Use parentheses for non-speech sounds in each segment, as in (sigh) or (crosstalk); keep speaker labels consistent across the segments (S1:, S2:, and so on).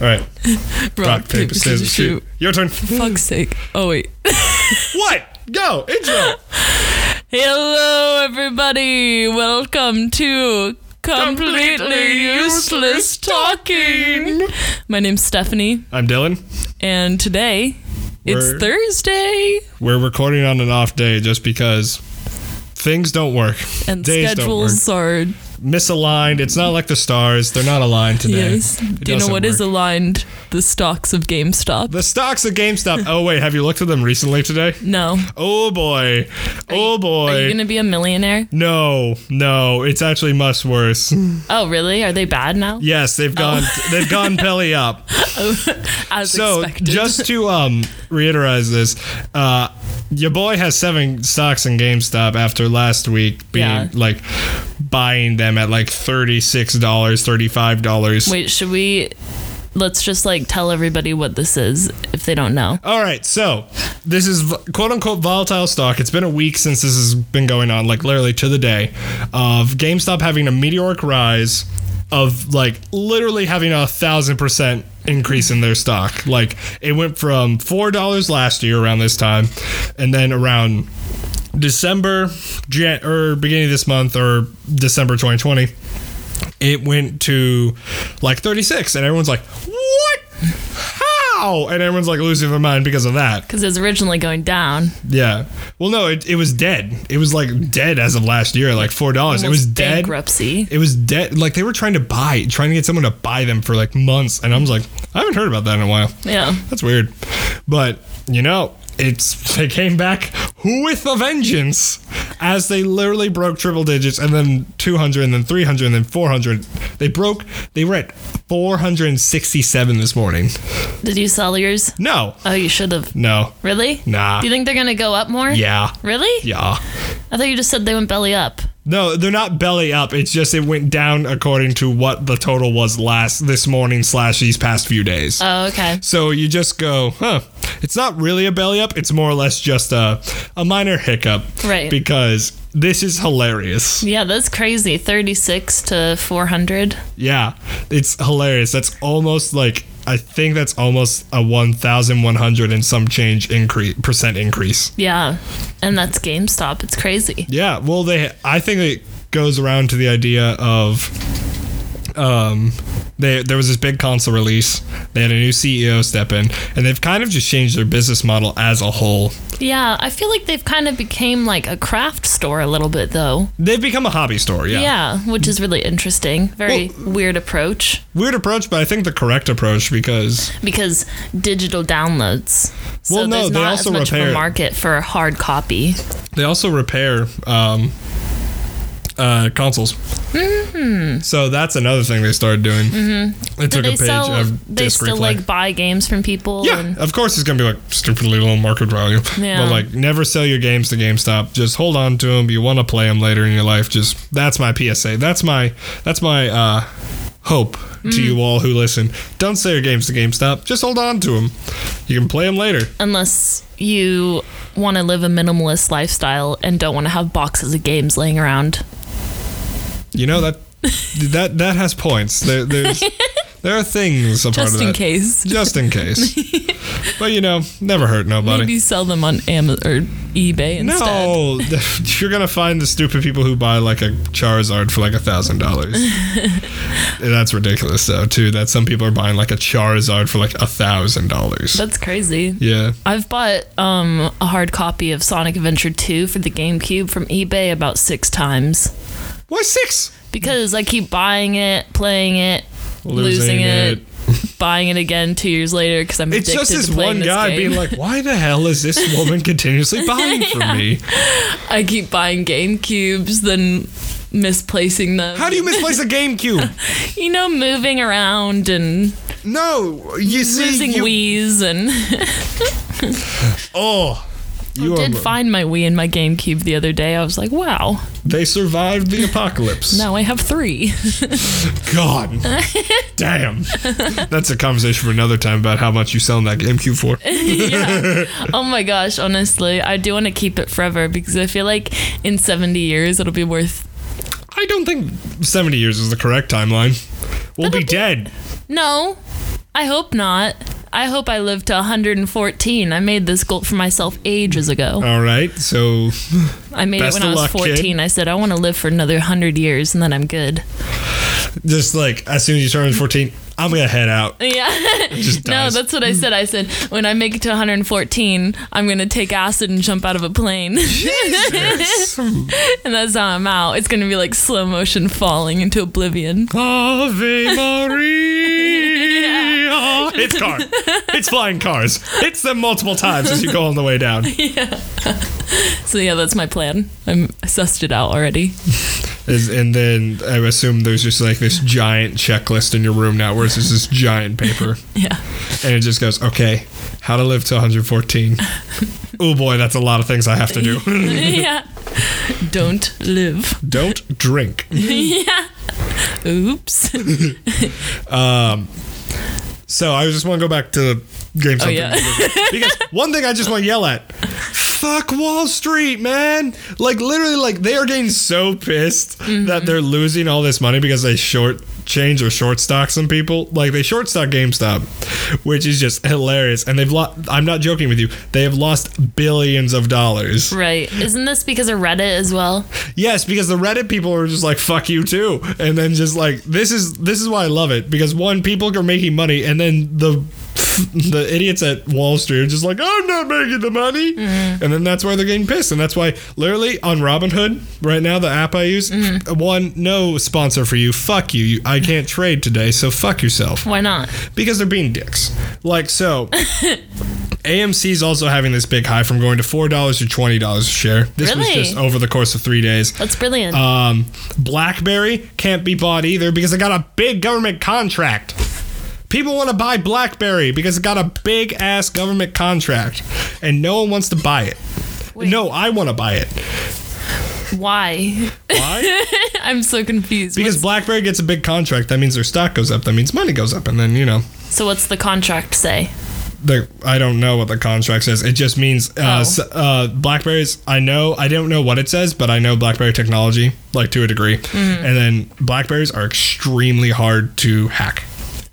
S1: All right.
S2: Rock, paper, scissors, shoot.
S1: Your
S2: (laughs)
S1: turn.
S2: Fuck's sake. Oh, wait. (laughs)
S1: What? Go. Intro.
S2: Hello, everybody. Welcome to Completely,
S1: Completely
S2: Useless
S1: Useless
S2: Talking. My name's Stephanie,
S1: I'm Dylan.
S2: and today
S1: We're-
S2: it's Thursday,
S1: We're recording on an off day just because things don't work.
S2: and
S1: Days don't work.
S2: schedules are.
S1: misaligned. It's not like the stars; they're not aligned today.
S2: Yes.
S1: It
S2: Do you know
S1: doesn't
S2: what is
S1: work.
S2: aligned? The stocks of GameStop.
S1: the stocks of GameStop? Oh wait, have you looked at them recently today?
S2: no.
S1: Oh boy, oh boy.
S2: Are you going to be a millionaire?
S1: no, no, it's actually much
S2: (laughs)
S1: worse.
S2: Oh, really? Are they bad now?
S1: Yes, they've gone they've gone belly up.
S2: As
S1: So
S2: expected.
S1: just to um reiterate this, uh your boy has seven stocks in GameStop after last week being
S2: Yeah.
S1: like buying them at like thirty six dollars, thirty five dollars.
S2: Wait, should we? Let's just like tell everybody what this is if they don't know.
S1: All right, so this is v- quote unquote volatile stock. It's been a week since this has been going on, like literally to the day of GameStop having a meteoric rise of like literally having a thousand percent increase in their stock. Like it went from four dollars last year around this time, and then around December, Jan- or beginning of this month, or December 2020 it went to like 36 and everyone's like what how and everyone's like losing their mind because of that
S2: Because it was originally going down.
S1: yeah well no it, it was dead it was like dead as of last year like four dollars it was
S2: Almost
S1: dead
S2: Bankruptcy.
S1: it was dead like they were trying to buy trying to get someone to buy them for like months and i was like i haven't heard about that in a while
S2: Yeah.
S1: that's weird but you know it's they came back with a vengeance as they literally broke triple digits and then 200 and then 300 and then 400 they broke they were at 467 this morning
S2: Did you sell yours?
S1: no
S2: Oh, you should have.
S1: no
S2: Really?
S1: Nah.
S2: Do you think they're gonna go up more?
S1: yeah
S2: Really?
S1: yeah
S2: I thought you just said they went belly up.
S1: no they're not belly up it's just it went down according to what the total was last this morning slash these past few days
S2: Oh, okay.
S1: So you just go, huh? It's not really a belly up. It's more or less just a a minor hiccup,
S2: Right.
S1: Because this is hilarious.
S2: Yeah, that's crazy. Thirty-six to four hundred.
S1: Yeah, it's hilarious. That's almost like I think that's almost a one thousand one hundred and some change increase percent increase.
S2: Yeah, and that's GameStop. It's crazy.
S1: Yeah. Well, they. I think it goes around to the idea of. Um, they, there was this big console release. They had a new CEO step in, and they've kind of just changed their business model as a whole.
S2: Yeah, I feel like they've kind of became like a craft store a little bit though.
S1: They've become a hobby store, yeah.
S2: Yeah, which is really interesting. Very weird approach
S1: Weird approach, but I think the correct approach because
S2: because digital downloads. So
S1: Well, no,
S2: there's
S1: they
S2: not
S1: also
S2: as much of
S1: repair-
S2: a market for a hard copy.
S1: they also repair um, uh, consoles. So that's another thing they started doing. They took
S2: Mm-hmm. They
S1: a page
S2: sell.
S1: of
S2: They
S1: disc
S2: still
S1: replay.
S2: like buy games from people.
S1: yeah,
S2: And,
S1: of course it's gonna be like stupidly low market value,
S2: Yeah.
S1: but like never sell your games to GameStop. Just hold on to them. You want to play them later in your life. Just that's my PSA. That's my that's my uh, hope
S2: Mm.
S1: to you all who listen. Don't sell your games to GameStop. Just hold on to them. You can play them later.
S2: unless you want to live a minimalist lifestyle and don't want to have boxes of games laying around.
S1: You know that that that has points. There
S2: (laughs)
S1: there's there are things a part
S2: Just
S1: of
S2: in
S1: that.
S2: case.
S1: Just in case.
S2: (laughs)
S1: but you know, never hurt nobody.
S2: Maybe sell them on Amazon or eBay instead.
S1: no, (laughs) you're gonna find the stupid people who buy like a Charizard for like a thousand
S2: (laughs)
S1: dollars. That's ridiculous, though. Too that some people are buying like a Charizard for like a thousand dollars.
S2: That's crazy.
S1: Yeah,
S2: I've bought um, a hard copy of Sonic Adventure 2 for the GameCube from eBay about six times
S1: why six?
S2: because I keep buying it, playing it,
S1: Losing
S2: losing,
S1: (laughs)
S2: it, buying it again two years later because I'm
S1: It's
S2: addicted
S1: just this
S2: to playing
S1: one
S2: this
S1: guy
S2: game.
S1: being like, "Why the hell is this woman continuously buying
S2: (laughs)
S1: from me?
S2: I keep buying GameCubes, then misplacing them.
S1: How do you misplace a GameCube?
S2: (laughs) you know moving around and
S1: No, you see,
S2: losing
S1: you,
S2: Wii's and (laughs)
S1: Oh, you
S2: did find my Wii and my GameCube the other day. I was like, wow,
S1: They survived the apocalypse.
S2: now I
S1: (laughs)
S2: have three. (laughs)
S1: God, damn. That's a conversation for another time about how much you selling that GameCube for.
S2: Oh my gosh, honestly, I do want to keep it forever because I feel like in 70 years it'll be worth.
S1: I don't think 70 years is the correct timeline. We'll be dead.
S2: No, I hope not. I hope I live to 114. I made this goal for myself ages ago.
S1: All right, so
S2: I made it
S1: Uh, best
S2: when
S1: of
S2: I was
S1: luck, kid.
S2: 14. I said, I want to live for another 100 years and then I'm good. (laughs)
S1: just like as soon as you turn 14, I'm gonna head out.
S2: Yeah. (laughs)
S1: Just
S2: no,
S1: dies.
S2: that's what I said. I said, when I make it to 114, I'm going to take acid and jump out of a plane. (laughs) and that's how I'm out. It's going to be like slow motion falling into oblivion.
S1: Ave
S2: (laughs)
S1: Maria. It's car. It's flying cars. Hits them multiple times as you go on the way down.
S2: So, yeah, that's my plan. I'm, I sussed it out already.
S1: Is- And then I assume there's just like this giant checklist in your room now where it's just this giant paper.
S2: Yeah. (laughs)
S1: And it just goes, okay, how to live to 114. Oh boy, that's a lot of things I have to do. (laughs)
S2: yeah. Don't live.
S1: Don't drink.
S2: yeah. Oops.
S1: So I just want to go back to game something.
S2: yeah.
S1: because one thing I just want to yell at. Fuck Wall Street, man. Like literally like they are getting so pissed that they're losing all this money because they short change or short stock some people. Like they short stock GameStop, which is just hilarious. And they've lost I'm not joking with you. They have lost billions of dollars.
S2: Right. Isn't this because of Reddit as well?
S1: Yes, because the Reddit people are just like fuck you too, and then just like this is this is why I love it because one people are making money, and then the (laughs) the idiots at Wall Street are just like I'm not making the money, and then that's why they're getting pissed, and that's why literally on Robinhood right now the app I use one no sponsor for you, fuck you, you I can't trade today, so fuck yourself
S2: Why not?
S1: because they're being dicks. Like so. AMC's also having this big high from going to $4 to $20 a share. This was
S2: Really?
S1: just over the course of three days.
S2: That's brilliant.
S1: Um, BlackBerry can't be bought either because it got a big government contract. People want to buy BlackBerry because it got a big ass government contract, and no one wants to buy it. No, I want to buy it.
S2: Why? (laughs)
S1: Why?
S2: I'm so confused.
S1: because BlackBerry gets a big contract. That means their stock goes up. That means money goes up, and then you know.
S2: What's- so what's the contract say?
S1: the I don't know what the contract says. It just means uh,
S2: Oh.
S1: s- uh, Blackberries. I know I don't know what it says, but I know Blackberry technology like to a degree. And then Blackberries are extremely hard to hack.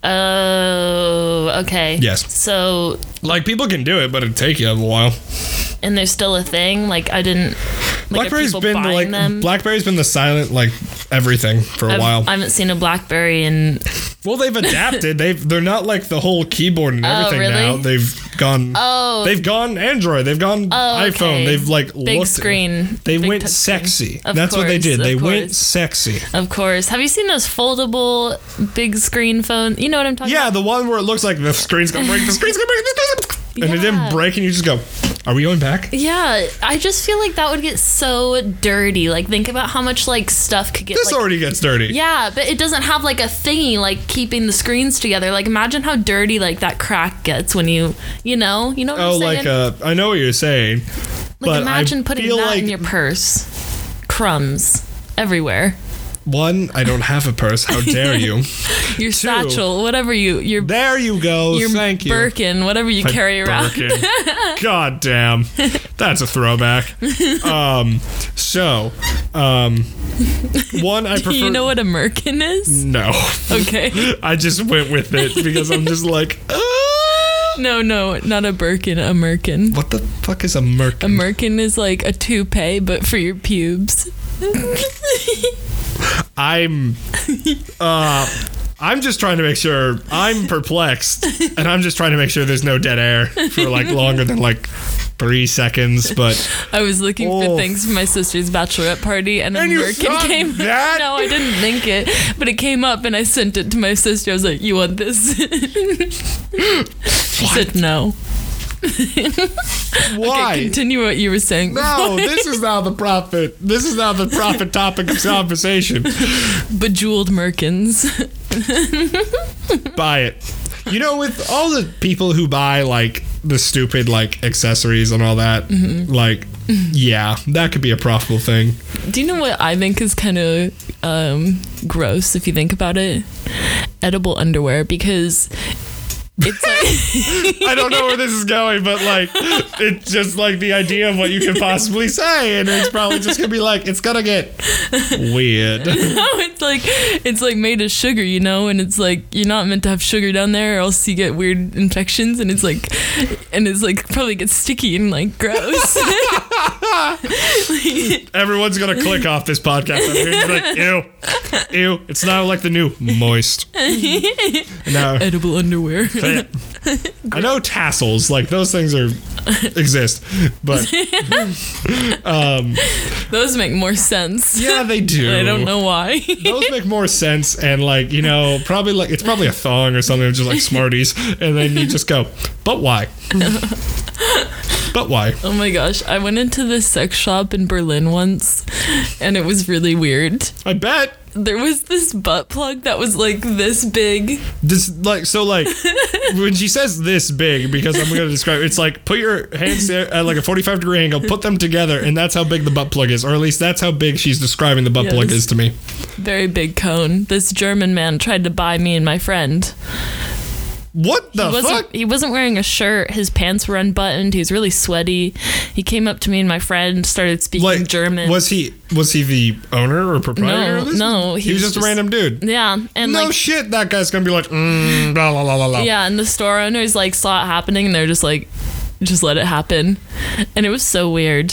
S2: Oh, okay.
S1: Yes.
S2: So,
S1: Like people can do it, but it'd take you a while.
S2: and there's still a thing. Like I didn't. Like, are
S1: Blackberry's
S2: people
S1: been the,
S2: buying
S1: like
S2: them?
S1: Blackberry's been the silent like everything for a
S2: I've-
S1: while.
S2: I haven't seen a BlackBerry in.
S1: well, they've adapted. they've they're not like the whole keyboard and everything
S2: Oh, really?
S1: now. They've gone.
S2: Oh.
S1: They've gone Android. They've gone
S2: Oh, okay.
S1: iPhone. They've like
S2: Big
S1: looked-
S2: screen.
S1: They
S2: Big
S1: went
S2: touch screen.
S1: sexy.
S2: Of
S1: That's what they
S2: course,
S1: did.
S2: of
S1: They went
S2: course.
S1: sexy.
S2: Of course. Have you seen those foldable big screen phones? You know what I'm talking
S1: Yeah, the one where it looks like the screen's gonna break, the screen's gonna break, the screen's gonna break, and it didn't
S2: Yeah.
S1: break, and you just go, "Are we going back?"
S2: Yeah, I just feel like that would get so dirty. Like, think about how much like stuff could get.
S1: This
S2: Like,
S1: already gets dirty.
S2: yeah, but it doesn't have like a thingy like keeping the screens together. Like, imagine how dirty like that crack gets when you, you know, you know what
S1: Oh,
S2: I'm saying?
S1: like uh, I know what you're saying.
S2: Like,
S1: but I
S2: imagine putting that
S1: feel like-
S2: in your purse. Crumbs everywhere.
S1: One, I don't have a purse.
S2: (laughs)
S1: How dare you?
S2: Your satchel, whatever you your
S1: There you go.
S2: your
S1: Thank you.
S2: Birkin, whatever you carry around.
S1: Birkin. God damn, that's a throwback. Um, so, um, one I prefer.
S2: Do (laughs) (laughs) you know what a merkin is?
S1: no, (laughs)
S2: Okay.
S1: I just went with it because I'm just like, "Ah."
S2: No, no, not a Birkin, a merkin.
S1: what the fuck is a merc?
S2: A merkin is like a toupee, but for your pubes. (laughs)
S1: I'm, uh, I'm just trying to make sure I'm perplexed, and I'm just trying to make sure there's no dead air for like longer than like three seconds. But
S2: I was looking
S1: Oh.
S2: for things for my sister's bachelorette party, and a
S1: And you
S2: merkin
S1: thought (laughs)
S2: came.
S1: that?
S2: (laughs) No, I didn't think it, but it came up, and I sent it to my sister. I was like, "You want this?" (laughs) she said, "No."
S1: why?
S2: Okay, continue what you were saying.
S1: no, this is now the profit. This is now the profit topic of conversation.
S2: (laughs) Bejeweled merkins. (laughs)
S1: buy it. You know, with all the people who buy like the stupid like accessories and all that,
S2: Mm-hmm.
S1: like, yeah, that could be a profitable thing.
S2: Do you know what I think is kind of um, gross if you think about it? Edible underwear, because It's like
S1: I don't know where this is going, but like, it's just like the idea of what you could possibly say, and it's probably just gonna be like, it's gonna get weird.
S2: no, (laughs) it's like it's like made of sugar, you know, and it's like you're not meant to have sugar down there, or else you get weird infections, and it's like, and it's like probably gets sticky and like gross.
S1: Everyone's gonna click off this podcast. and they're gonna be like, ew, ew. It's not like the new moist. No,
S2: Edible underwear.
S1: I know tassels, like those things are exist, but
S2: (laughs) Those make more sense.
S1: yeah, they do.
S2: (laughs) I don't know why.
S1: Those make more sense, and like you know, probably like it's probably a thong or something, just like Smarties, and then you just go, but
S2: (laughs)
S1: why? but why?
S2: Oh my gosh, I went into this sex shop in Berlin once and it was really weird.
S1: I bet
S2: There was this butt plug that was like this big.
S1: this like so
S2: (laughs)
S1: like when she says this big because I'm gonna describe it's like put your hands there at like a 45 degree angle, put them together, and that's how big the butt plug is, or at least that's how big she's describing the butt plug
S2: Yes.
S1: is to me.
S2: very big cone. This German man tried to buy me and my friend.
S1: What the
S2: He wasn't
S1: fuck?
S2: he wasn't wearing a shirt. His pants were unbuttoned. He was really sweaty. He came up to me and my friend started speaking
S1: Like
S2: German.
S1: Was he was he the owner or proprietor?
S2: No,
S1: of this?
S2: no,
S1: he,
S2: he
S1: was
S2: was
S1: just,
S2: just-
S1: a random dude.
S2: yeah, and
S1: no
S2: like
S1: shit, that guy's gonna be like, mm, blah, la la la la.
S2: yeah, and the store owners like saw it happening and they're just like just let it happen. And it was so weird.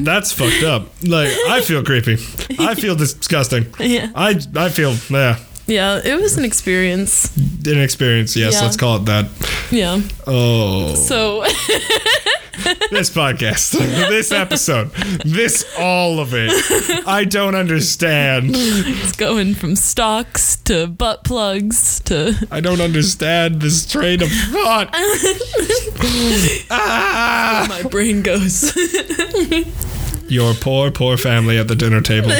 S1: That's fucked up. Like, I feel creepy.
S2: (laughs)
S1: I feel disgusting.
S2: Yeah.
S1: I I feel yeah,
S2: Yeah, it was an experience.
S1: an experience. Yes,
S2: Yeah.
S1: let's call it that.
S2: Yeah.
S1: Oh,
S2: So (laughs)
S1: this podcast, this episode, this all of it. I don't understand.
S2: it's going from stocks to butt plugs to
S1: I don't understand this train of thought. ah!
S2: my brain goes. (laughs)
S1: Your poor, poor family at the dinner table.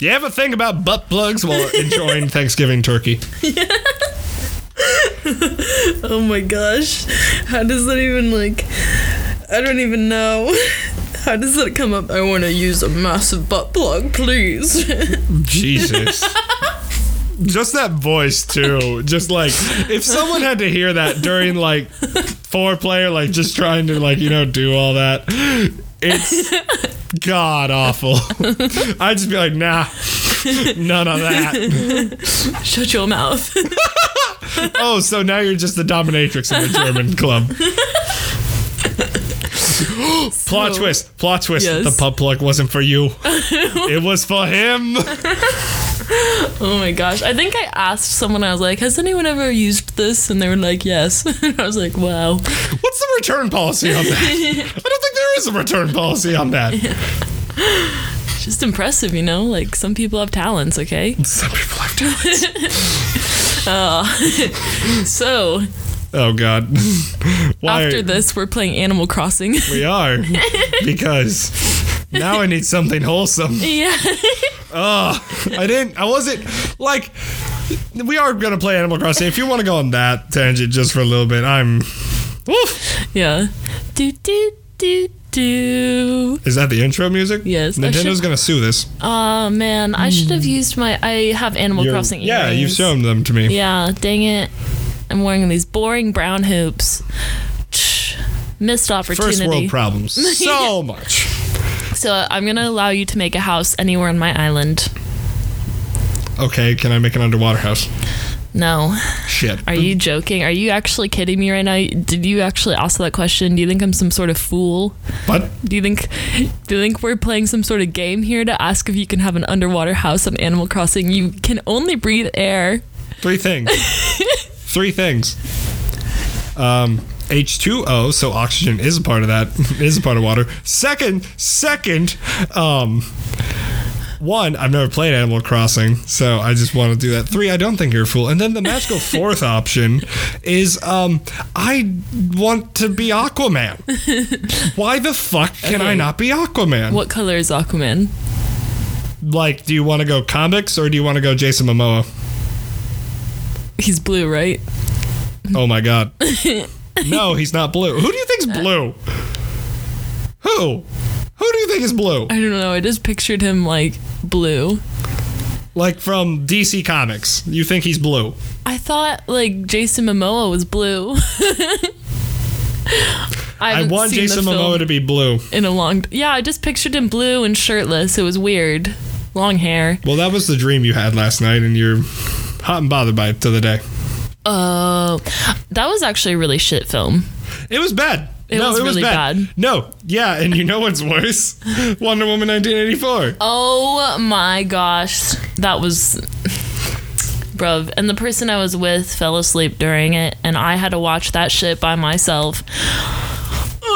S1: You ever think about butt plugs while enjoying Thanksgiving turkey?
S2: Oh my gosh. How does that even like I don't even know. (laughs) How does that come up? I want to use a massive butt plug, please. (laughs)
S1: Jesus. Just that voice too. Just like if someone had to hear that during like foreplay or like just trying to like, you know, do all that. It's god awful. I'd just be like, nah. None of that.
S2: Shut your mouth. (laughs)
S1: Oh, so now you're just the dominatrix in the German club. plot
S2: So-
S1: twist. Plot twist.
S2: Yes.
S1: The pub plug wasn't for you. it was for him.
S2: Oh my gosh. I think I asked someone, I was like, has anyone ever used this? And they were like, yes. (laughs) And I was like, wow.
S1: What's the return policy on that?
S2: (laughs)
S1: I don't think there is a return policy on that.
S2: It's just impressive, you know? Like, some people have talents, okay? Uh,
S1: Some people have talents.
S2: (laughs) So,
S1: Oh God.
S2: (laughs)
S1: Why
S2: after this, we're playing Animal Crossing. (laughs)
S1: we are because now I need something wholesome.
S2: yeah. (laughs)
S1: I didn't. I wasn't like. We are gonna play Animal Crossing. If you want to go on that tangent just for a little bit, I'm. Oof.
S2: Yeah. Do, do, do, do.
S1: Is that the intro music?
S2: Yes, I
S1: Nintendo's
S2: should-
S1: gonna sue this.
S2: Oh man, I should have used my. I have Animal
S1: Hmm. You're-
S2: Crossing.
S1: yeah,
S2: earrings.
S1: you've shown them to me.
S2: Yeah, dang it! I'm wearing these boring brown hoops. Tch, Missed opportunity.
S1: First world
S2: (laughs)
S1: problems. So much.
S2: so uh, I'm gonna allow you to make a house anywhere on my island.
S1: Okay, can I make an underwater house?
S2: No,
S1: Shit.
S2: are you joking? Are you actually kidding me right now? Did you actually ask that question? Do you think I'm some sort of fool?
S1: What?
S2: Do you think, do you think we're playing some sort of game here to ask if you can have an underwater house on Animal Crossing? You can only breathe air.
S1: Three things. Three things. Um, H2O, so oxygen is a part of that, (laughs) is a part of water. Second, second, um, one, I've never played Animal Crossing, so I just want to do that. Three, I don't think you're a fool. And then the magical fourth option is um, I want to be Aquaman. Why the fuck can I
S2: Okay.
S1: not be Aquaman?
S2: What color is Aquaman?
S1: Like, do you want to go comics or do you want to go Jason Momoa?
S2: He's blue, right?
S1: Oh my god. No, he's not blue. Who do you think's blue? Who? Who do you think is blue?
S2: I don't know. I just pictured him like blue.
S1: like from DC Comics. You think he's blue?
S2: I thought like Jason Momoa was blue. (laughs) I,
S1: I
S2: haven't
S1: want
S2: seen the
S1: Jason
S2: film
S1: Momoa to be blue.
S2: in a long. Yeah, I just pictured him blue and shirtless. It was weird. Long hair.
S1: Well, that was the dream you had last night, and you're hot and bothered by it to the day.
S2: Oh, that was actually a really shit film.
S1: It was bad.
S2: It was really bad.
S1: No, yeah, and you know what's
S2: (laughs)
S1: worse? Wonder Woman 1984.
S2: Oh my gosh, that was. Bruv, and the person I was with fell asleep during it, and I had to watch that shit by myself. (sighs)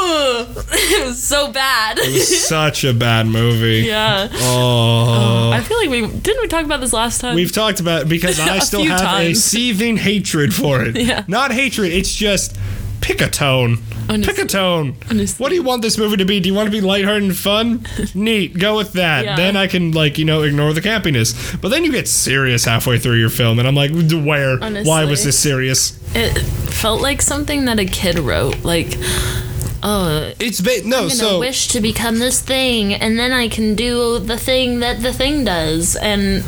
S2: Ugh, it was so bad.
S1: It was such a bad movie.
S2: (laughs) yeah.
S1: Oh.
S2: I feel like we didn't we talk about this last time.
S1: We've talked about it because I
S2: (laughs) A
S1: still
S2: few
S1: have a
S2: times.
S1: seething hatred for it.
S2: (laughs) Yeah.
S1: Not hatred, it's just pick a tone.
S2: Honestly.
S1: Pick a tone.
S2: Honestly.
S1: What do you want this movie to be? Do you want it to be lighthearted and
S2: (laughs)
S1: fun? Neat. Go with that.
S2: Yeah.
S1: Then I can like, you know, ignore the campiness. But then you get serious halfway through your film and I'm like, where? Why was
S2: Honestly.
S1: this serious?
S2: it felt like something that a kid wrote, like, oh,
S1: It's ba- no,
S2: I'm gonna
S1: so
S2: wish to become this thing, and then I can do the thing that the thing does, and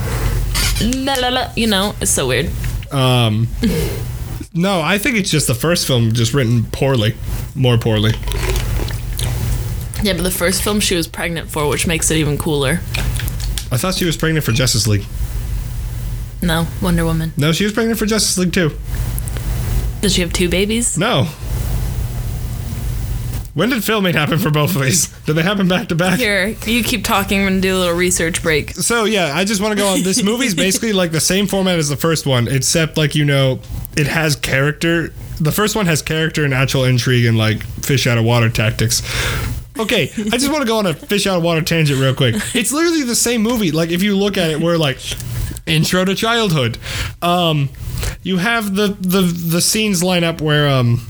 S2: la la la. You know, it's so weird. (laughs)
S1: um No, I think it's just the first film just written poorly. More poorly.
S2: Yeah, but the first film she was pregnant for, which makes it even cooler.
S1: I thought she was pregnant for Justice League.
S2: No, Wonder Woman.
S1: No, she was pregnant for Justice League too.
S2: Does she have two babies?
S1: No. When did filming happen for both of these? Did they happen back to back?
S2: Here, you keep talking and do a little research break.
S1: So yeah, I just want to go on. This movie's basically like the same format as the first one, except like you know, it has character. The first one has character and actual intrigue and like fish out of water tactics. Okay, I just want to go on a fish out of water tangent real quick. It's literally the same movie. Like if you look at it, we're like intro to childhood. Um, you have the the the scenes line up where um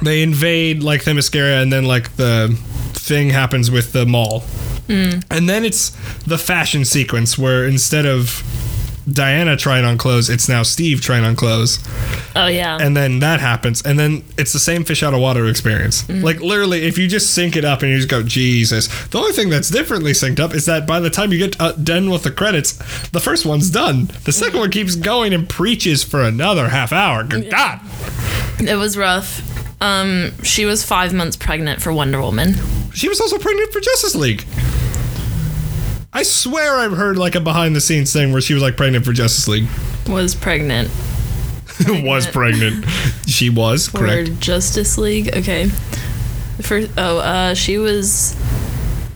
S1: they invade like Themyscira, and then like the thing happens with the mall. And then it's the fashion sequence where instead of Diana trying on clothes, it's now Steve trying on clothes.
S2: Oh yeah.
S1: And then that happens. And then it's the same fish out of water experience. Like, literally, if you just sync it up and you just go, Jesus. The only thing that's differently synced up is that by the time you get uh, done with the credits, the first one's done. The second one keeps going and preaches for another half hour. Good God.
S2: it was rough. Um, she was five months pregnant for Wonder Woman.
S1: She was also pregnant for Justice League. I swear I've heard like a behind the scenes thing where she was like pregnant for Justice League.
S2: Was pregnant
S1: (laughs) was pregnant. She was
S2: for
S1: correct.
S2: Justice League. Okay. First, oh, uh, she was.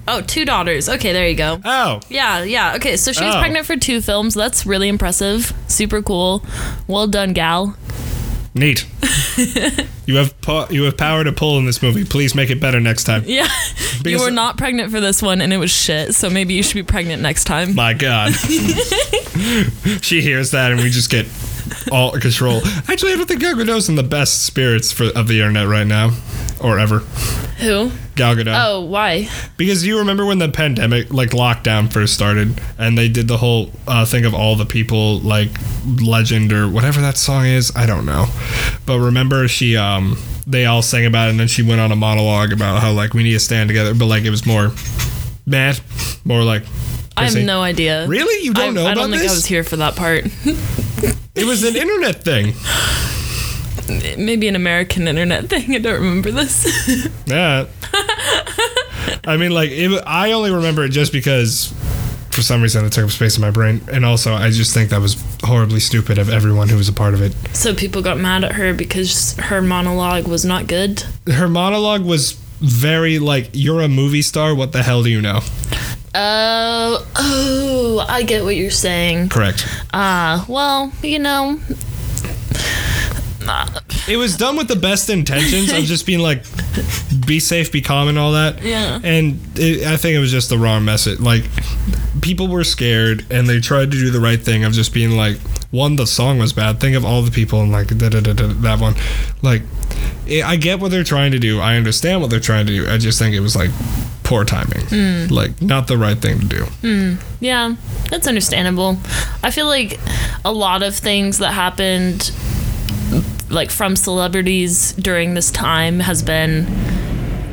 S2: Oh, two daughters. Okay, there you go.
S1: Oh,
S2: Yeah, yeah. Okay, so she was
S1: Oh.
S2: pregnant for two films. That's really impressive. Super cool. Well done, gal. (laughs)
S1: neat. you have po- you have power to pull in this movie. Please make it better next time.
S2: Yeah.
S1: Because-
S2: you were not pregnant for this one and it was shit, so maybe you should be pregnant next time.
S1: My God, she hears that and we just get all control. Actually, I don't think Gal Gadot's in the best spirits for, of the internet right now, or ever.
S2: Who?
S1: Gal Gadot.
S2: Oh, why?
S1: Because you remember when the pandemic, like lockdown, first started, and they did the whole uh, thing of all the people, like legend or whatever that song is. I don't know, but remember she, um, they all sang about it, and then she went on a monologue about how like we need to stand together, but like it was more mad, more like.
S2: I have
S1: pissy.
S2: no idea.
S1: Really, you
S2: I,
S1: don't know
S2: I
S1: about
S2: don't think
S1: this?
S2: I was here for that part. (laughs)
S1: It was an internet thing.
S2: Maybe an American internet (laughs) thing. I don't remember this.
S1: Yeah. I mean, like, it, I only remember it just because for some reason it took up space in my brain. And also, I just think that was horribly stupid of everyone who was a part of it.
S2: so people got mad at her because her monologue was not good.
S1: Her monologue was very, like, you're a movie star. What the hell do you know?
S2: Oh, oh, I get what you're saying.
S1: Correct.
S2: Ah, well, you know,
S1: It was done with the best intentions of just being like, be safe, be calm, and all that.
S2: Yeah.
S1: And it, I think it was just the wrong message. Like, people were scared, and they tried to do the right thing of just being like, one, the song was bad. Think of all the people and like da, da, da, da, that one. Like, it, I get what they're trying to do. I understand what they're trying to do. I just think it was like poor timing.
S2: Hmm.
S1: Like, not the right thing to do.
S2: Yeah, that's understandable. I feel like a lot of things that happened like from celebrities during this time has been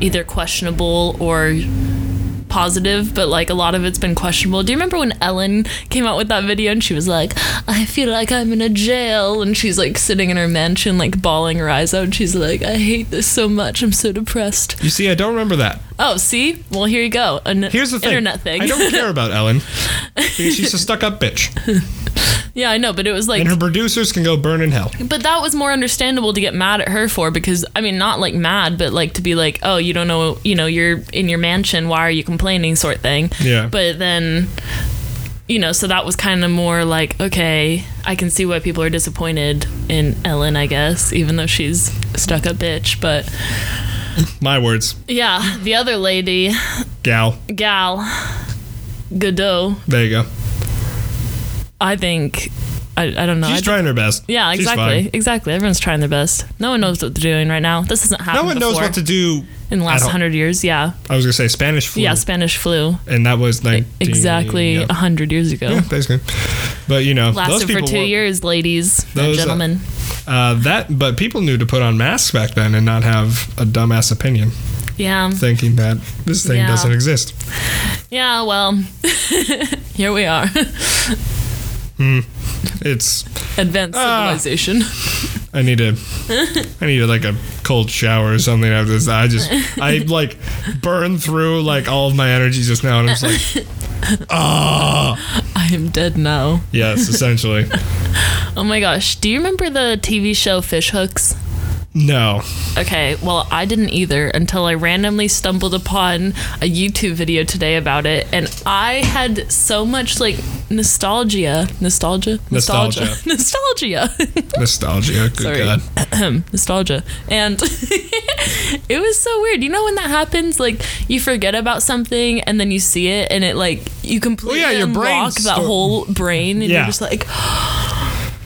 S2: either questionable or positive, but like a lot of it's been questionable. Do you remember when Ellen came out with that video and she was like, I feel like I'm in a jail? And she's like sitting in her mansion, like bawling her eyes out. And she's like, I hate this so much. I'm so depressed.
S1: You see, I don't remember that.
S2: Oh, see? Well, here you go. An
S1: Here's the thing.
S2: internet thing.
S1: I don't care about Ellen because she's a stuck-up bitch,
S2: (laughs) yeah, I know, but it was like
S1: and
S2: (laughs)
S1: her producers can go burn in hell.
S2: But that was more understandable to get mad at her for because I mean not like mad, but like to be like, oh, you don't know, you know, you're in your mansion. Why are you complaining? Sort of thing.
S1: Yeah.
S2: But then, you know, so that was kind of more like, okay, I can see why people are disappointed in Ellen, I guess, even though she's stuck a bitch. But
S1: My words,
S2: yeah, the other lady,
S1: gal.
S2: gal, Godot,
S1: There you go.
S2: I think, I, I don't know.
S1: She's
S2: I
S1: trying her best.
S2: yeah,
S1: She's
S2: exactly.
S1: fine.
S2: Exactly. Everyone's trying their best. No one knows what they're doing right now. This hasn't happened.
S1: No one knows
S2: before.
S1: what to do.
S2: in the
S1: I
S2: last
S1: don't-
S2: 100 years yeah
S1: I was gonna say Spanish flu.
S2: yeah spanish flu
S1: and that was nineteen.
S2: E- exactly (laughs)
S1: yeah.
S2: a 100 years ago
S1: Yeah, basically. But you know, those
S2: lasted for
S1: people
S2: two
S1: were-
S2: years ladies and
S1: Those, uh,
S2: gentlemen
S1: Uh, that, but people knew to put on masks back then and not have a dumbass opinion,
S2: yeah
S1: thinking that this thing
S2: Yeah.
S1: doesn't exist.
S2: yeah well (laughs) here we are (laughs)
S1: It's
S2: advanced
S1: Ah.
S2: civilization (laughs)
S1: I need a, I need like a cold shower or something after this. I just, I like burn through like all of my energy just now, and I'm
S2: (laughs)
S1: just like, ah,
S2: i am dead now
S1: yes, essentially.
S2: oh my gosh do you remember the tv show fish hooks
S1: No,
S2: Okay, well, I didn't either until I randomly stumbled upon a YouTube video today about it, and I had so much like nostalgia, nostalgia, nostalgia, (laughs) nostalgia.
S1: nostalgia. Good
S2: Sorry.
S1: God.
S2: (clears throat) nostalgia and (laughs) it was so weird you know when that happens like you forget about something and then you see it and it like you completely
S1: Oh, yeah, your brain
S2: unlock that
S1: stor-
S2: whole brain and
S1: Yeah.
S2: you're just like (gasps)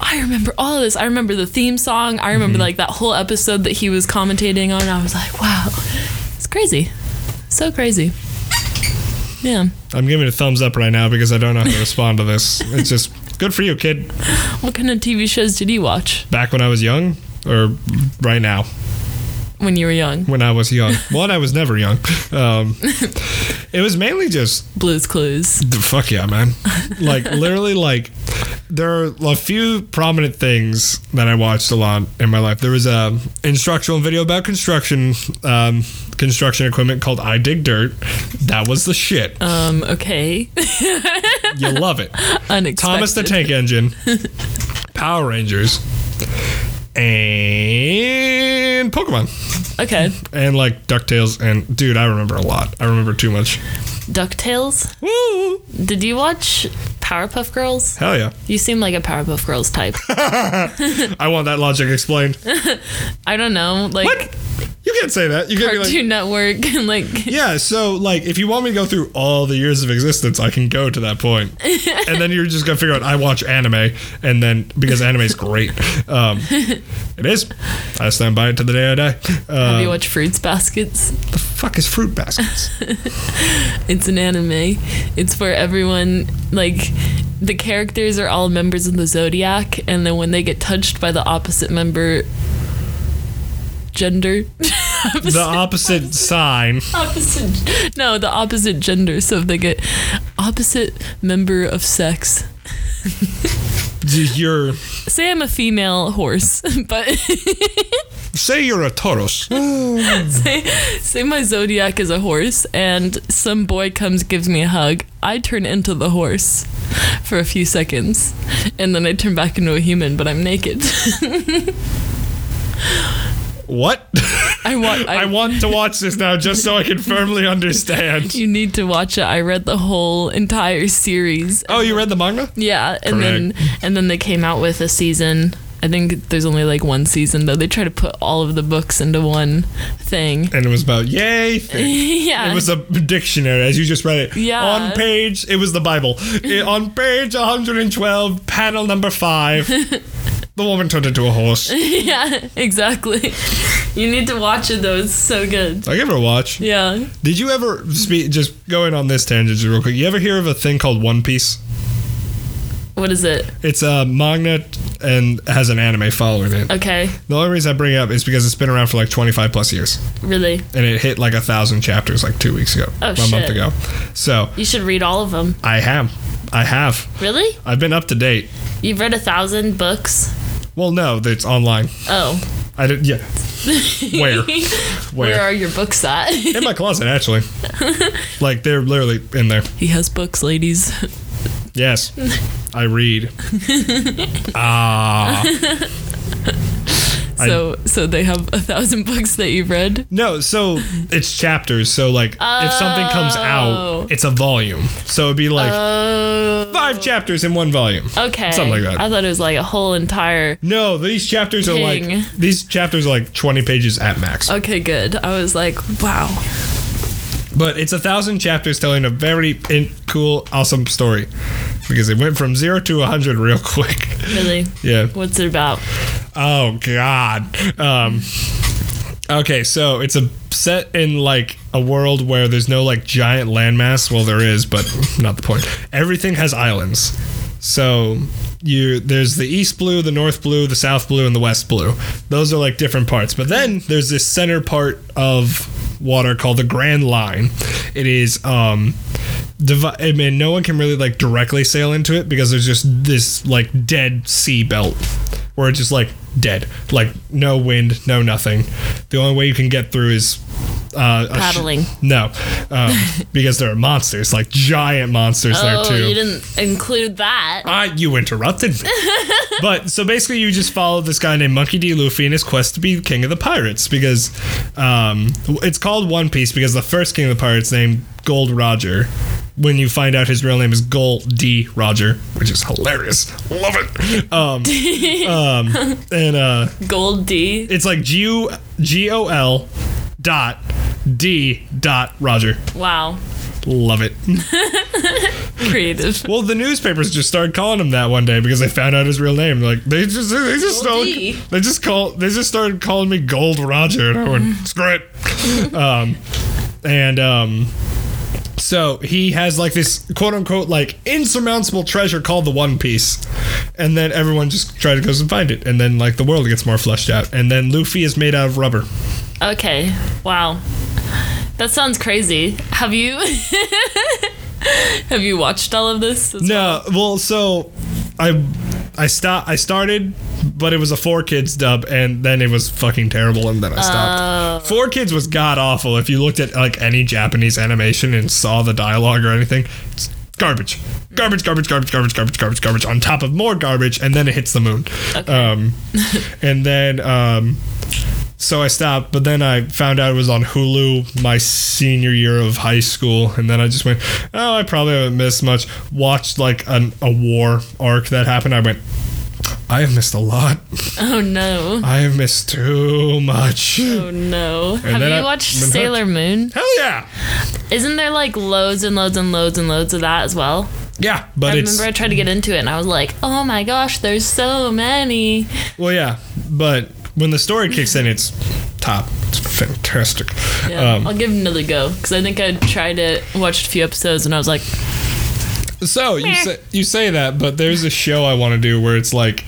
S2: I remember all of this. I remember the theme song. I
S1: Mm-hmm.
S2: remember like that whole episode that he was commentating on. I was like, wow, it's crazy. So crazy. Yeah.
S1: I'm giving it a thumbs up right now because I don't know how to respond to this. It's just good for you, kid.
S2: What kind of TV shows did you watch
S1: Back when I was young, or right now.
S2: when you were young?
S1: when I was young. One, I was never young. Um, it was mainly just
S2: Blues Clues.
S1: the fuck yeah, man. Like literally, like there are a few prominent things that I watched a lot in my life. There was a instructional video about construction, um, construction equipment called "I Dig Dirt." That was the shit.
S2: Um, okay. (laughs)
S1: You love it.
S2: Unexpected.
S1: Thomas the Tank Engine,
S2: (laughs)
S1: Power Rangers, and Pokemon,
S2: Okay.
S1: and like Ducktales. And dude, I remember a lot. I remember too much.
S2: DuckTales.
S1: Woo!
S2: Did you watch Powerpuff Girls?
S1: Hell yeah.
S2: You seem like a Powerpuff Girls type.
S1: I want that logic explained.
S2: I don't know, like
S1: What? You can't say that. You can't be like,
S2: Cartoon Network and like
S1: yeah, so like if you want me to go through all the years of existence, I can go to that
S2: (laughs)
S1: point. and then you're just gonna figure out I watch anime and then because
S2: (laughs)
S1: anime's great. Um, it is. I stand by it to the day I die.
S2: have you
S1: Uh,
S2: watch Fruits Baskets?
S1: the fuck is fruit baskets?
S2: It's an anime. It's for everyone like the characters are all members of the zodiac and then when they get touched by the opposite member gender (laughs)
S1: the opposite sign.
S2: opposite no the opposite gender so if they get opposite member of sex
S1: You're
S2: say i'm a female horse (laughs) but
S1: say you're a Taurus.
S2: say, say my zodiac is a horse and some boy comes gives me a hug i turn into the horse for a few seconds and then i turn back into a human but i'm naked (laughs)
S1: What?
S2: i want
S1: (laughs)
S2: I,
S1: I want to watch this now just so I can firmly understand.
S2: you need to watch it i read the whole entire series
S1: Oh, you read the manga?
S2: yeah and then and then they came out with a season i think there's only like one season though they try to put all of the books into one thing (laughs)
S1: And it was about yay thing.
S2: yeah
S1: It was a dictionary, as you just read it.
S2: Yeah.
S1: On page, it was the Bible. It- on page 112, panel number five, the woman turned into a horse. I
S2: yeah (laughs) exactly you need to watch it though it's so good
S1: give it a watch.
S2: yeah
S1: Did you ever spe just going on this tangent just real quick? You ever hear of a thing called One Piece?
S2: What is it?
S1: It's a manga and has an anime following it.
S2: Okay,
S1: The only reason I bring it up is because it's been around for like 25 plus years,
S2: really?
S1: and it hit like a thousand chapters like two weeks ago,
S2: Oh,
S1: a month
S2: shit.
S1: ago. So
S2: You should read all of them.
S1: I have, I have,
S2: Really?
S1: I've been up to date.
S2: You've read a thousand books?
S1: Well, no, it's online.
S2: Oh.
S1: I did,
S2: (laughs)
S1: yeah. Where?
S2: Where
S1: Where?
S2: are your books at? (laughs)
S1: in my closet, actually. like they're literally in there.
S2: he has books,
S1: (laughs)
S2: ladies.
S1: Yes, I read. Ah, I-
S2: so so they have a thousand (laughs) books that you've read.
S1: no. So it's chapters. So like, if something comes
S2: Oh.
S1: out, it's a volume. So it'd be like
S2: Oh.
S1: five chapters in one volume.
S2: Okay.
S1: Something like that.
S2: I thought it was like a whole entire.
S1: No, these chapters are
S2: Dang. Uh,
S1: like these chapters are like twenty pages at max.
S2: Okay, good. I was like, wow.
S1: But it's a thousand chapters telling a very in- cool, awesome story. Because it went from zero to a hundred real (laughs) quick.
S2: Really?
S1: yeah.
S2: What's it about?
S1: Oh God. Um, okay, so it's a set in like a world where there's no like giant landmass. Well, there is, but not the point. Everything has islands. So you there's the east blue, the north blue, the south blue, and the west blue. Those are like different parts. But then there's this center part of water called the Grand Line. It is um divi- I mean no one can really like directly sail into it because there's just this like dead sea belt where it's just like dead, like no wind, no nothing. The only way you can get through is uh, a sh-
S2: Paddling.
S1: no, um, (laughs) because there are monsters, like giant monsters there
S2: Oh,
S1: too.
S2: you didn't include that.
S1: Ah, you interrupted me. but so basically, you just follow this guy named Monkey D. Luffy in his quest to be king of the pirates because um, it's called One Piece because the first king of the pirates named Gold Roger. When you find out his real name is Gold D. Roger, which is hilarious, love it. Um, um, and uh,
S2: Gold D.
S1: it's like G U G O L dot D dot Roger,
S2: Wow.
S1: love it.
S2: Creative.
S1: Well, the newspapers just started calling him that one day because they found out his real name. Like they just they just don't-
S2: Gold D.
S1: they just call they just started calling me Gold Roger, and I went screw it. um, and um, so he has like this quote unquote like insurmountable treasure called the One Piece, and then everyone just tries to go and find it, and then like the world gets more fleshed out, and then Luffy is made out of rubber.
S2: Okay. Wow. That sounds crazy. Have you (laughs) Have you watched all
S1: (laughs)
S2: of this?
S1: No, well, so I I stop I started, but it was a four kids dub, and then it was fucking terrible, and then I stopped. Four kids was god awful. If you looked at like any Japanese animation and saw the dialogue or anything, it's garbage, garbage, garbage, garbage, garbage, garbage, garbage, garbage. On top of more garbage, and then it hits the moon. Um, and then um. So I stopped, but then I found out it was on Hulu my senior year of high school, and then I just went, oh, I probably haven't missed much. Watched like an, a war arc that happened. I went, I have missed a lot.
S2: Oh no.
S1: I have missed too much.
S2: Oh no. Have
S1: then
S2: you
S1: I-
S2: watched
S1: been hooked.
S2: Sailor Moon?
S1: Hell yeah,
S2: Isn't there like loads and loads and loads and loads of that as well?
S1: yeah. But
S2: I
S1: it's
S2: remember I tried to get into it and I was like, "Oh my gosh, there's so many."
S1: well, yeah. But when the story kicks in, it's top. It's fantastic.
S2: Yeah,
S1: Um,
S2: I'll give it another go cuz I think I tried it, watched a few episodes and I was like,
S1: So you say, you say that, but there's a show I want to do where it's like,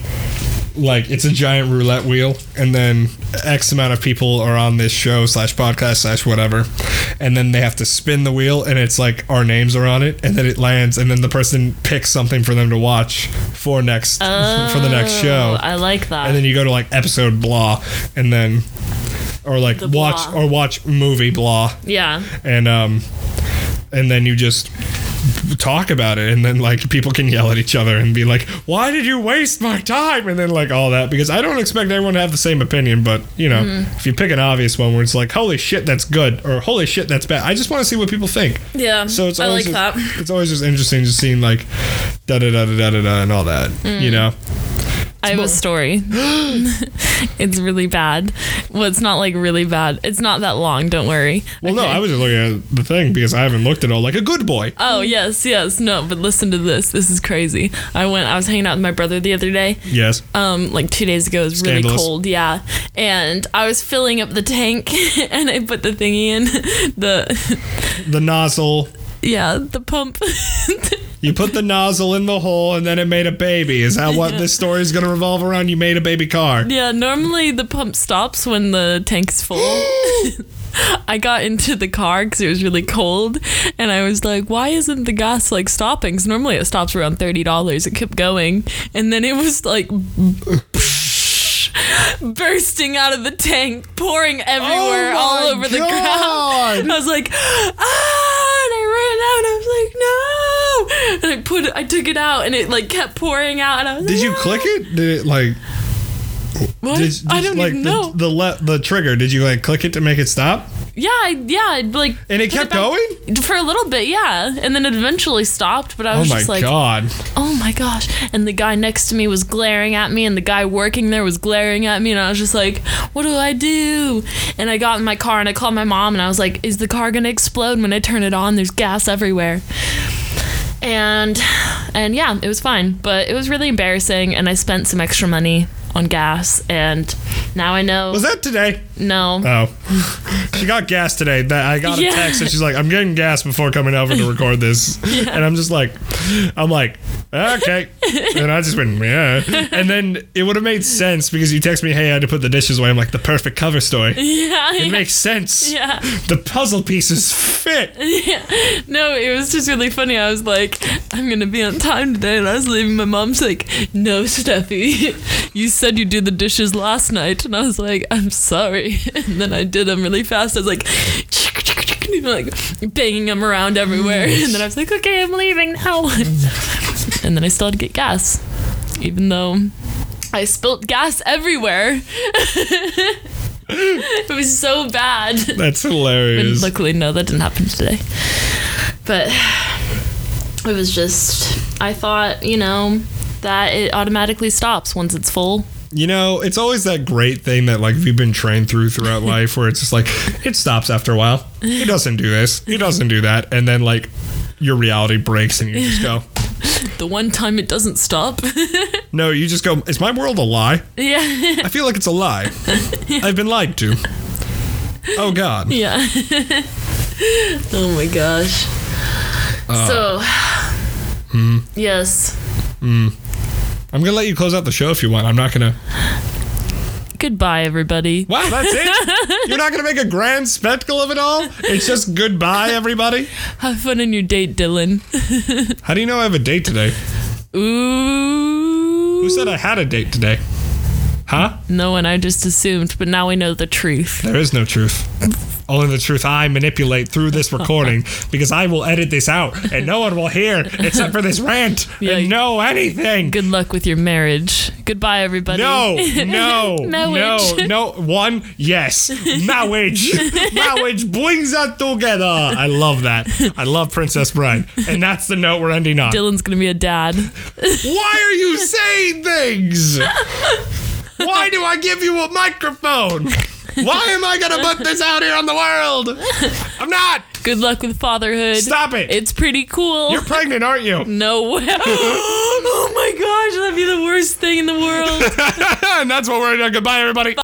S1: like it's a giant roulette wheel, and then X amount of people are on this show slash podcast slash whatever, and then they have to spin the wheel, and it's like our names are on it, and then it lands, and then the person picks something for them to watch for next for the next
S2: "Oh,
S1: show,
S2: I like that."
S1: and then you go to like episode blah, and then or like
S2: The
S1: watch
S2: blah.
S1: or watch movie blah,
S2: yeah.
S1: and um and then you just talk about it and then like people can yell at each other and be like why did you waste my time and then like all that because i don't expect everyone to have the same opinion but you know
S2: Mm-hmm.
S1: if you pick an obvious one where it's like holy shit that's good or holy shit that's bad i just want to see what people think
S2: Yeah.
S1: so it's
S2: I like
S1: always
S2: that.
S1: just, it's always just interesting just seeing like da da da da da da da and all that
S2: Mm.
S1: you know
S2: I have a story. it's really bad. Well, it's not like really bad. It's not that long. Don't worry.
S1: well no i was just looking at the thing because i haven't looked at all like a good boy
S2: Oh yes, yes. No, but listen to this. This is crazy. I went. I was hanging out with my brother the other day.
S1: yes
S2: Um, like two days ago. It was really
S1: Scandalous.
S2: cold. Yeah, and I was filling up the tank, (laughs) and I put the thingy in (laughs) the (laughs)
S1: the nozzle
S2: yeah (laughs) the pump.
S1: You put the nozzle in the hole, and then it made a baby. Is that what this story is going to revolve around? You made a baby car.
S2: Yeah, normally the pump stops when the
S1: (gasps)
S2: tank's full. I got into the car because it was really cold, and I was like, "Why isn't the gas like stopping?" 'Cause normally it stops around thirty dollars. It kept going, and then it was like (laughs) bursting out of the tank, pouring everywhere,
S1: Oh
S2: all
S1: my
S2: over the ground.
S1: God.
S2: (laughs) I was like, "Ah!" and I ran out. I was like, "No!" And I put, I took it out, and it like kept pouring out. And I was
S1: Did
S2: like,
S1: you
S2: "Ah."
S1: click it? Did it like?
S2: What?
S1: Did, did,
S2: I don't
S1: like,
S2: even
S1: the,
S2: know.
S1: the le- the trigger. Did you like click it to make it stop?
S2: Yeah, I, yeah, I'd like.
S1: And it
S2: put
S1: kept
S2: back-
S1: going.
S2: for a little bit, yeah, and then it eventually stopped. But I
S1: Oh
S2: was
S1: my
S2: just like,
S1: god!
S2: "Oh my gosh!" And the guy next to me was glaring at me, and the guy working there was glaring at me, and I was just like, "What do I do?" And I got in my car and I called my mom, and I was like, "Is the car gonna explode when I turn it on? There's gas everywhere." And and yeah, it was fine, but it was really embarrassing, and I spent some extra money on gas, and now I know.
S1: Was that today?
S2: no. (laughs) (sighs)
S1: Oh, she got gas today. That I got a
S2: Yeah.
S1: text and she's like, "I'm getting gas before coming over to record
S2: (laughs)
S1: this," and I'm just like, "I'm like, okay," and I just went, "Yeah," and then it would have made sense because you text me, "Hey, I had to put the dishes away." I'm like, "The perfect cover story."
S2: yeah.
S1: It
S2: yeah.
S1: makes sense.
S2: yeah.
S1: The puzzle pieces fit.
S2: No, it was just really funny. I was like, I'm gonna be on time today, and I was leaving. My mom's like, No, Steffi, you said you did the dishes last night, and I was like, I'm sorry. (laughs) And then I did them really fast. I was like, like banging them around everywhere, and then I was like, Okay, I'm leaving now. (laughs) And then I still had to get gas, even though I spilt gas everywhere. (laughs) it was so bad.
S1: That's
S2: And
S1: hilarious.
S2: luckily, no, that didn't happen today. But it was just, I thought, you know, that it automatically stops once it's full.
S1: You know, it's always that great thing that like we've been trained through
S2: (laughs)
S1: throughout life where it's just like it stops after a while. It doesn't do this. It doesn't do that. And then like your reality breaks and you just
S2: (laughs)
S1: go,
S2: The one time it doesn't stop. (laughs)
S1: "No, you just go, is my world a lie?
S2: yeah.
S1: I feel like it's a
S2: (laughs)
S1: lie. I've been lied to." Oh god.
S2: Yeah. (laughs) oh my gosh.
S1: Uh,
S2: so,
S1: hmm.
S2: yes.
S1: I'm going to let you close out the show if you want. I'm not going to
S2: Goodbye, everybody.
S1: Wow, that's
S2: (laughs)
S1: it. You're not going to make a grand spectacle of it all. It's just goodbye everybody.
S2: Have fun on your date, Dylan.
S1: How do you know I have a date today?
S2: Ooh.
S1: Who said I had a date today? Huh?
S2: No one, I just assumed, but now we know the truth.
S1: There is no truth. Only the truth I manipulate through this
S2: (laughs)
S1: recording because I will edit this out and no one will hear except for this rant
S2: Yeah.
S1: and no anything.
S2: Good luck with your marriage. Goodbye, everybody.
S1: No,
S2: (laughs)
S1: no, no,
S2: Marriage.
S1: no. One, yes.
S2: (laughs)
S1: Marriage. Marriage brings us together. I love that. I love Princess Bride. And that's the note we're ending on.
S2: Dylan's gonna be a dad.
S1: Why are you saying things? Why do I give you a microphone? Why am I going to put this out here on the world? I'm not.
S2: Good luck with fatherhood.
S1: Stop it.
S2: It's pretty cool.
S1: You're pregnant, aren't you? (laughs) (gasps)
S2: no way. (gasps) oh my gosh, that'd be the worst thing in the world.
S1: and that's what we're doing. Goodbye, everybody.